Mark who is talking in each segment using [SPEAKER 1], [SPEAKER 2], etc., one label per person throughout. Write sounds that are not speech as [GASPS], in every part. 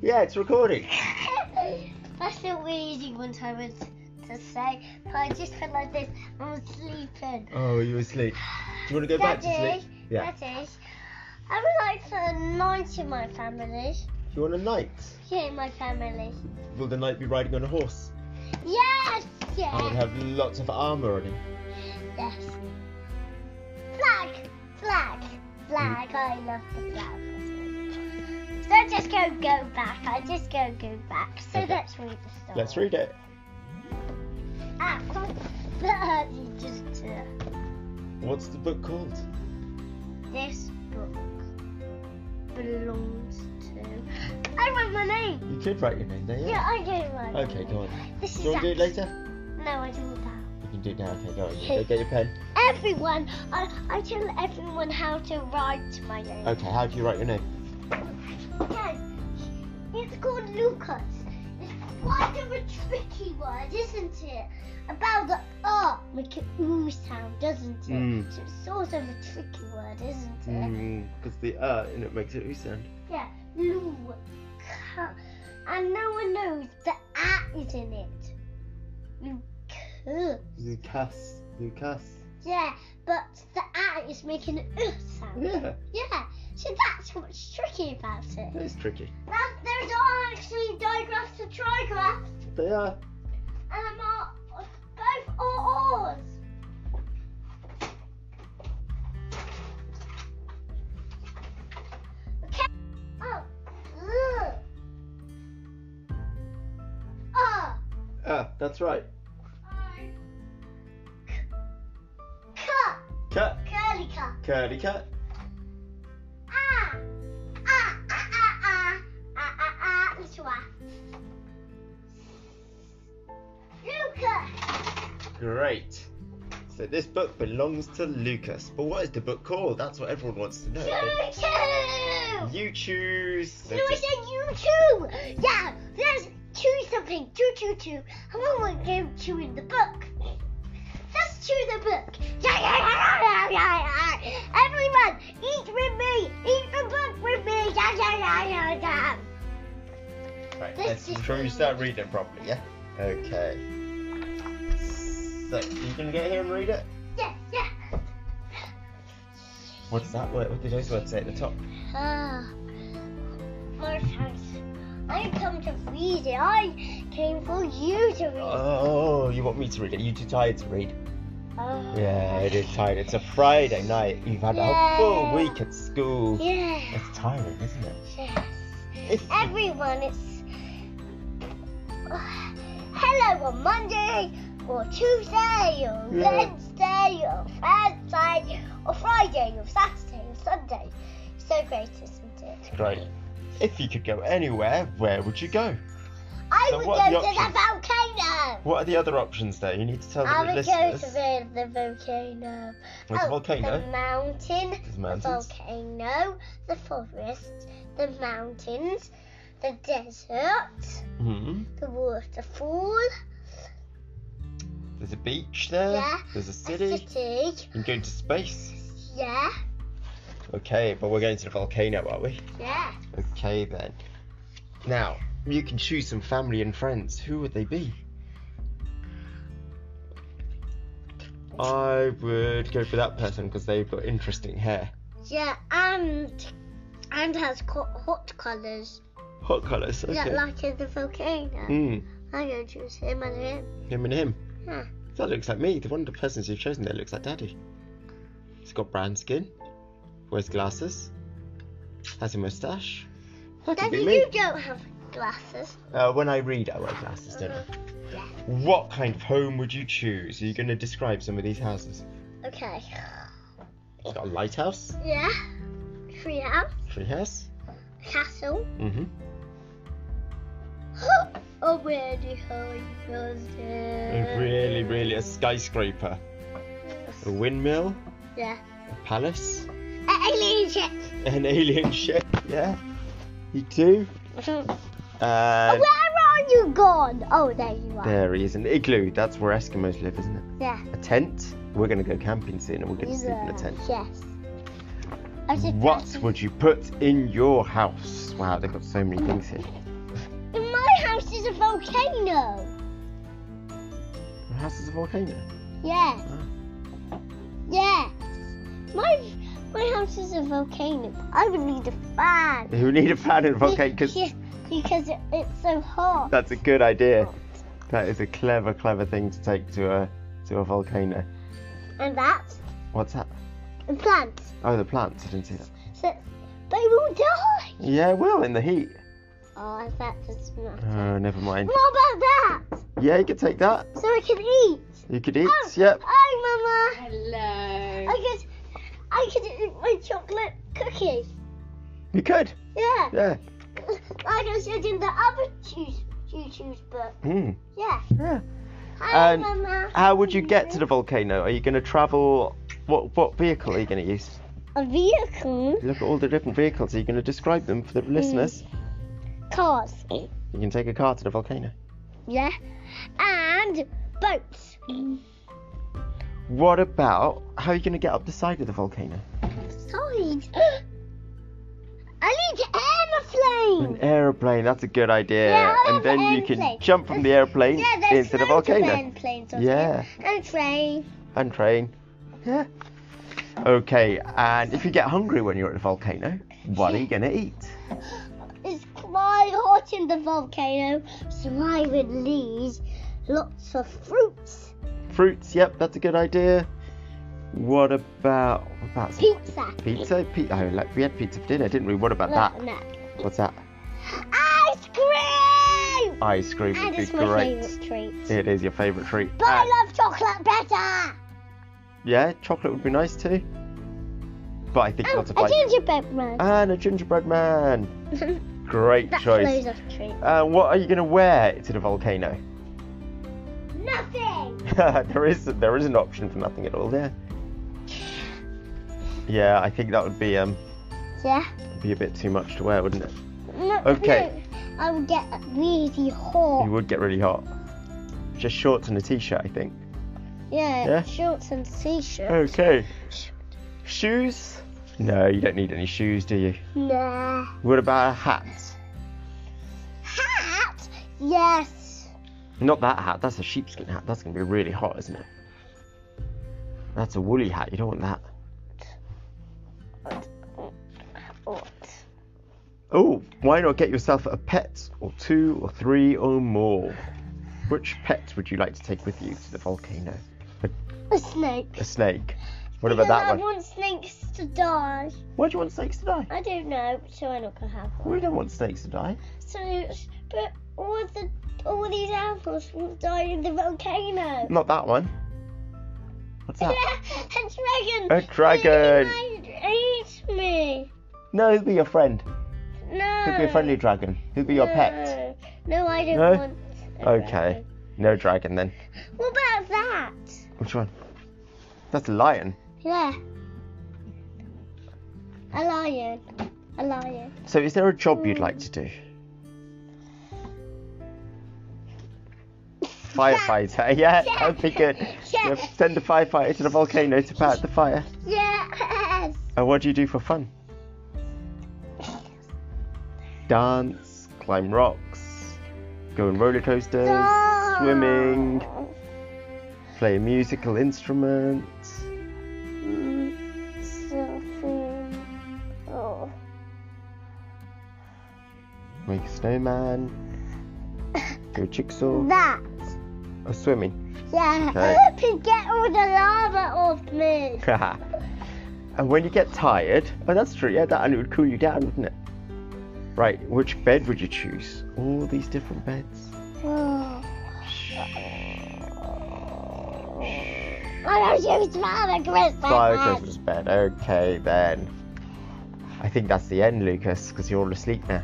[SPEAKER 1] Yeah, it's recording.
[SPEAKER 2] [LAUGHS] That's the way easy one time it's to say, but I just went like this. I'm sleeping.
[SPEAKER 1] Oh, you were asleep. Do you want to go back
[SPEAKER 2] That
[SPEAKER 1] to sleep?
[SPEAKER 2] is,
[SPEAKER 1] Yeah.
[SPEAKER 2] that is. I would like to anoint in my family.
[SPEAKER 1] You want a knight?
[SPEAKER 2] Yeah, my family.
[SPEAKER 1] Will the knight be riding on a horse?
[SPEAKER 2] Yes, yes,
[SPEAKER 1] And would have lots of armour on him.
[SPEAKER 2] yes. Flag, flag, flag. I love the flag. So just go, go back. I just go, go back. So
[SPEAKER 1] Okay.
[SPEAKER 2] let's read the story.
[SPEAKER 1] Let's read it.
[SPEAKER 2] Ah, but [LAUGHS] you just uh,
[SPEAKER 1] What's the book called?
[SPEAKER 2] this book belongs to. I wrote my name.
[SPEAKER 1] You could write your name there,
[SPEAKER 2] Yeah,
[SPEAKER 1] yeah?
[SPEAKER 2] I did write. my
[SPEAKER 1] Okay,
[SPEAKER 2] name.
[SPEAKER 1] go on.
[SPEAKER 2] This
[SPEAKER 1] Do
[SPEAKER 2] is
[SPEAKER 1] you want to do it
[SPEAKER 2] actually-
[SPEAKER 1] later?
[SPEAKER 2] No, I didn't. That.
[SPEAKER 1] You can do it now. Okay, go on. You Go get your pen.
[SPEAKER 2] Everyone, I, I tell everyone how to write my name.
[SPEAKER 1] Okay, how do you write your name?
[SPEAKER 2] Guys, it's called Lucas. It's quite of a tricky word, isn't it? About the R, make an ooh sound, doesn't it?
[SPEAKER 1] Mm.
[SPEAKER 2] So it's sort of a tricky word, isn't it?
[SPEAKER 1] Because the uh in it makes it ooh sound.
[SPEAKER 2] Yeah, Lou. ca- And no one knows the A is in it. Lucas.
[SPEAKER 1] Lucas. Lucas.
[SPEAKER 2] Yeah, but the A is making an ooh sound.
[SPEAKER 1] Yeah,
[SPEAKER 2] Yeah, so that's what's tricky about it.
[SPEAKER 1] that is tricky.
[SPEAKER 2] That there's all actually digraphs and trigraphs,
[SPEAKER 1] They are.
[SPEAKER 2] and I'm all, both or ors. Okay. Oh. Ugh. Ah.
[SPEAKER 1] Ah, that's right.
[SPEAKER 2] Cut.
[SPEAKER 1] Cat.
[SPEAKER 2] Curly cut.
[SPEAKER 1] Curly cat.
[SPEAKER 2] Ah. Ah. Ah. Ah. Ah. Ah. Ah. Ah. Little ah. Lucas.
[SPEAKER 1] Great. So this book belongs to Lucas. But what is the book called? That's what everyone wants to know.
[SPEAKER 2] You too!
[SPEAKER 1] You choose.
[SPEAKER 2] So I said you too! Yeah, there's two something, two, two, two. I want to go two in the book. Let's choose the book. Yeah, yeah, yeah, yeah, yeah, yeah, yeah. Everyone, eat with me! Eat the book with me! Yeah, yeah, yeah, yeah, yeah.
[SPEAKER 1] Right,
[SPEAKER 2] This
[SPEAKER 1] let's
[SPEAKER 2] is-
[SPEAKER 1] try to start reading it properly, yeah? Okay. So, you gonna get here and read it?
[SPEAKER 2] Yeah, yeah.
[SPEAKER 1] What's that word? What did those words say at the top?
[SPEAKER 2] Ah, more thanks. I come to read it. I came for you to read.
[SPEAKER 1] Oh, you want me to read it? You too tired to read?
[SPEAKER 2] Oh.
[SPEAKER 1] Yeah, it is tired. It's a Friday night. You've had a full
[SPEAKER 2] Yeah.
[SPEAKER 1] week at school.
[SPEAKER 2] Yeah.
[SPEAKER 1] It's tiring, isn't it?
[SPEAKER 2] Yes.
[SPEAKER 1] If-
[SPEAKER 2] everyone it's hello on Monday or Tuesday or
[SPEAKER 1] Yeah.
[SPEAKER 2] Wednesday or Thursday or Friday or Saturday or Sunday. So great, isn't it?
[SPEAKER 1] Great. If you could go anywhere, where would you go?
[SPEAKER 2] I
[SPEAKER 1] So
[SPEAKER 2] would
[SPEAKER 1] what are
[SPEAKER 2] go
[SPEAKER 1] the
[SPEAKER 2] to the volcano.
[SPEAKER 1] What are the other options there? You need to tell the
[SPEAKER 2] I would go
[SPEAKER 1] listeners.
[SPEAKER 2] to the, the volcano.
[SPEAKER 1] There's
[SPEAKER 2] oh,
[SPEAKER 1] a volcano.
[SPEAKER 2] The mountain.
[SPEAKER 1] There's
[SPEAKER 2] The
[SPEAKER 1] mountains.
[SPEAKER 2] volcano. The forest. The mountains. The desert.
[SPEAKER 1] hmm
[SPEAKER 2] The waterfall.
[SPEAKER 1] There's a beach there.
[SPEAKER 2] Yeah,
[SPEAKER 1] There's a
[SPEAKER 2] A
[SPEAKER 1] city.
[SPEAKER 2] city.
[SPEAKER 1] You can go to space.
[SPEAKER 2] Yeah,
[SPEAKER 1] Okay, but we're going to the volcano, are we?
[SPEAKER 2] yeah.
[SPEAKER 1] Okay then. Now, you can choose some family and friends. Who would they be? I would go for that person because they've got interesting hair.
[SPEAKER 2] Yeah, and and has co- hot colours.
[SPEAKER 1] Hot colours, okay.
[SPEAKER 2] Yeah, like in the volcano.
[SPEAKER 1] Mm,
[SPEAKER 2] I'm gonna choose him and him.
[SPEAKER 1] him and him.
[SPEAKER 2] Yeah.
[SPEAKER 1] That looks like me. The one of the persons you've chosen there looks like Daddy. He's got brown skin, wears glasses, has a moustache. That could
[SPEAKER 2] Daddy,
[SPEAKER 1] be me.
[SPEAKER 2] you don't have glasses.
[SPEAKER 1] Uh, when I read, I wear glasses, don't I? What kind of home would you choose? Are you going to describe some of these houses?
[SPEAKER 2] Okay.
[SPEAKER 1] It's got a lighthouse,
[SPEAKER 2] Yeah. Treehouse,
[SPEAKER 1] treehouse,
[SPEAKER 2] castle. [GASPS]
[SPEAKER 1] mm-hmm.
[SPEAKER 2] oh, really high building.
[SPEAKER 1] really, really a skyscraper, a windmill,
[SPEAKER 2] Yeah.
[SPEAKER 1] a palace,
[SPEAKER 2] A- Alien ship.
[SPEAKER 1] [LAUGHS] an alien ship. Yeah, you too.
[SPEAKER 2] Oh, Where
[SPEAKER 1] And
[SPEAKER 2] are you gone? Oh, there you are.
[SPEAKER 1] Uh, there he is, an igloo. That's where Eskimos live, isn't it?
[SPEAKER 2] Yeah.
[SPEAKER 1] A tent. We're going to go camping soon, and we're going to sleep in a
[SPEAKER 2] Yeah,
[SPEAKER 1] tent.
[SPEAKER 2] Yes. I said
[SPEAKER 1] What
[SPEAKER 2] that's-
[SPEAKER 1] would you put in your house? Wow, they've got so many things here.
[SPEAKER 2] a volcano.
[SPEAKER 1] Your house is a volcano.
[SPEAKER 2] Yes.
[SPEAKER 1] Huh?
[SPEAKER 2] Yes. My my house is a volcano. I would need a fan.
[SPEAKER 1] You need a fan in a volcano because
[SPEAKER 2] Yeah, because it, it's so hot.
[SPEAKER 1] that's a good idea. That is a clever, clever thing to take to a to a volcano.
[SPEAKER 2] And that's
[SPEAKER 1] What's that?
[SPEAKER 2] a plant.
[SPEAKER 1] Oh, the plants. I didn't see that.
[SPEAKER 2] So they will die.
[SPEAKER 1] Yeah, it will in the heat.
[SPEAKER 2] Oh, that doesn't matter.
[SPEAKER 1] Oh, never mind.
[SPEAKER 2] What about that?
[SPEAKER 1] Yeah, you could take that.
[SPEAKER 2] So I can eat.
[SPEAKER 1] You could eat.
[SPEAKER 2] Oh,
[SPEAKER 1] Yep.
[SPEAKER 2] oh, Mama.
[SPEAKER 3] Hello.
[SPEAKER 2] I could, I could eat my chocolate cookie.
[SPEAKER 1] You could.
[SPEAKER 2] Yeah.
[SPEAKER 1] Yeah.
[SPEAKER 2] Like I said in the other choose, choose, choose book.
[SPEAKER 1] Hmm.
[SPEAKER 2] Yeah.
[SPEAKER 1] Yeah.
[SPEAKER 2] Hi,
[SPEAKER 1] And-
[SPEAKER 2] Mama.
[SPEAKER 1] How would you get to the volcano? Are you going to travel? What what vehicle are you going to use?
[SPEAKER 2] A vehicle.
[SPEAKER 1] Look at all the different vehicles. Are you going to describe them for the
[SPEAKER 2] Hmm.
[SPEAKER 1] listeners?
[SPEAKER 2] Mm. Cars.
[SPEAKER 1] You can take a car to the volcano.
[SPEAKER 2] Yeah. And boats.
[SPEAKER 1] What about how are you going to get up the side of the volcano?
[SPEAKER 2] Sorry. [GASPS] I need an
[SPEAKER 1] An
[SPEAKER 2] aeroplane.
[SPEAKER 1] aeroplane. That's a good idea.
[SPEAKER 2] Hmm. Yeah, I
[SPEAKER 1] and
[SPEAKER 2] have
[SPEAKER 1] then
[SPEAKER 2] an
[SPEAKER 1] you can
[SPEAKER 2] aeroplane.
[SPEAKER 1] jump from the airplane
[SPEAKER 2] Yeah, there's
[SPEAKER 1] into the
[SPEAKER 2] loads of
[SPEAKER 1] volcano.
[SPEAKER 2] airplanes on
[SPEAKER 1] Yeah.
[SPEAKER 2] here. And train.
[SPEAKER 1] And train. Yeah. Okay. And if you get hungry when you're at the volcano, what are you going to eat?
[SPEAKER 2] It's quite hot in the volcano, so I would need lots of fruits.
[SPEAKER 1] Fruits. Yep, that's a good idea. What about what about some
[SPEAKER 2] Pizza.
[SPEAKER 1] pizza? Pe- oh, like we had pizza for dinner, didn't we? What about that?
[SPEAKER 2] Look, no.
[SPEAKER 1] What's that?
[SPEAKER 2] Ice cream!
[SPEAKER 1] Ice cream
[SPEAKER 2] And
[SPEAKER 1] would be
[SPEAKER 2] it's my
[SPEAKER 1] great.
[SPEAKER 2] favourite treat.
[SPEAKER 1] It is your favourite treat.
[SPEAKER 2] But I
[SPEAKER 1] And-
[SPEAKER 2] love chocolate better!
[SPEAKER 1] yeah, chocolate would be nice too. But I think
[SPEAKER 2] And
[SPEAKER 1] not a
[SPEAKER 2] Oh, a
[SPEAKER 1] bite.
[SPEAKER 2] gingerbread man.
[SPEAKER 1] And a gingerbread man.
[SPEAKER 2] [LAUGHS]
[SPEAKER 1] Great
[SPEAKER 2] That's
[SPEAKER 1] Uh, choice.
[SPEAKER 2] loads of treats.
[SPEAKER 1] Uh, what are you going to wear to the volcano? [LAUGHS]
[SPEAKER 2] Nothing!
[SPEAKER 1] there is there is an option for nothing at all there. Yeah, I think that would be um
[SPEAKER 2] Yeah?
[SPEAKER 1] be a bit too much to wear, wouldn't it?
[SPEAKER 2] No,
[SPEAKER 1] Okay.
[SPEAKER 2] no, I would get really
[SPEAKER 1] You
[SPEAKER 2] hot.
[SPEAKER 1] would get really hot. Just shorts and a t-shirt, I think.
[SPEAKER 2] Yeah,
[SPEAKER 1] Yeah?
[SPEAKER 2] shorts and t-shirts.
[SPEAKER 1] Okay. Shoes? No, you don't need any shoes, do you?
[SPEAKER 2] Nah.
[SPEAKER 1] What about a hat?
[SPEAKER 2] Hat? Yes.
[SPEAKER 1] Not that hat. That's a sheepskin hat. That's gonna be really hot, isn't it? That's a woolly hat. You don't want that.
[SPEAKER 2] Hot.
[SPEAKER 1] Oh, why not get yourself a pet or two or three or more? Which pet would you like to take with you to the volcano?
[SPEAKER 2] A snake.
[SPEAKER 1] A snake. What
[SPEAKER 2] because
[SPEAKER 1] about that
[SPEAKER 2] I
[SPEAKER 1] one?
[SPEAKER 2] want snakes to die.
[SPEAKER 1] Why do you want snakes to die?
[SPEAKER 2] I don't know, so I'm not gonna have one.
[SPEAKER 1] We don't want snakes to die.
[SPEAKER 2] So, but all the all these animals will die in the volcano.
[SPEAKER 1] Not that one. What's that?
[SPEAKER 2] [LAUGHS] a dragon.
[SPEAKER 1] Ah. A dragon.
[SPEAKER 2] He might eat me.
[SPEAKER 1] No, he'll be your friend.
[SPEAKER 2] No.
[SPEAKER 1] He'll be a friendly dragon. He'll be your pet.
[SPEAKER 2] No, I don't
[SPEAKER 1] No?
[SPEAKER 2] want. a
[SPEAKER 1] Okay. No dragon then.
[SPEAKER 2] dragon. What about that?
[SPEAKER 1] Which one? That's a lion.
[SPEAKER 2] Yeah. A lion. A lion.
[SPEAKER 1] So, is there a job you'd like to do? Firefighter, [LAUGHS] yeah, that would be good.
[SPEAKER 2] Yeah.
[SPEAKER 1] Yeah, Send a firefighter to the volcano to put out the fire.
[SPEAKER 2] Yes.
[SPEAKER 1] And what do you do for fun? Dance, climb rocks, go on roller coasters, swimming, play a musical instrument.
[SPEAKER 2] Mm, something. Oh.
[SPEAKER 1] Make a snowman. Go jigsaw.
[SPEAKER 2] That.
[SPEAKER 1] Or swimming.
[SPEAKER 2] Yeah.
[SPEAKER 1] Okay.
[SPEAKER 2] Please get all the lava off me.
[SPEAKER 1] Haha. [LAUGHS] and when you get tired, oh, that's true. Yeah, that and it would cool you down, wouldn't it? Right. Which bed would you choose? All these different beds.
[SPEAKER 2] Oh. I don't use Father Christmas.
[SPEAKER 1] Fire Christmas bed. Okay then. I think that's the end, Lucas, because you're all asleep now.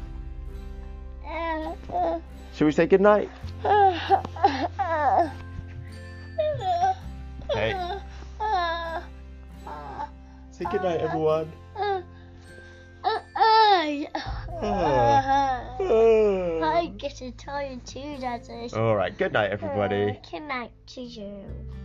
[SPEAKER 2] Uh,
[SPEAKER 1] Shall we say goodnight?
[SPEAKER 2] uh,
[SPEAKER 1] Hey.
[SPEAKER 2] Uh,
[SPEAKER 1] Say goodnight, everyone.
[SPEAKER 2] uh, uh,
[SPEAKER 1] Hmm.
[SPEAKER 2] uh.
[SPEAKER 1] all
[SPEAKER 2] I'm getting tired too, Daddy.
[SPEAKER 1] Oh, right. Good night, everybody.
[SPEAKER 2] Good night to you.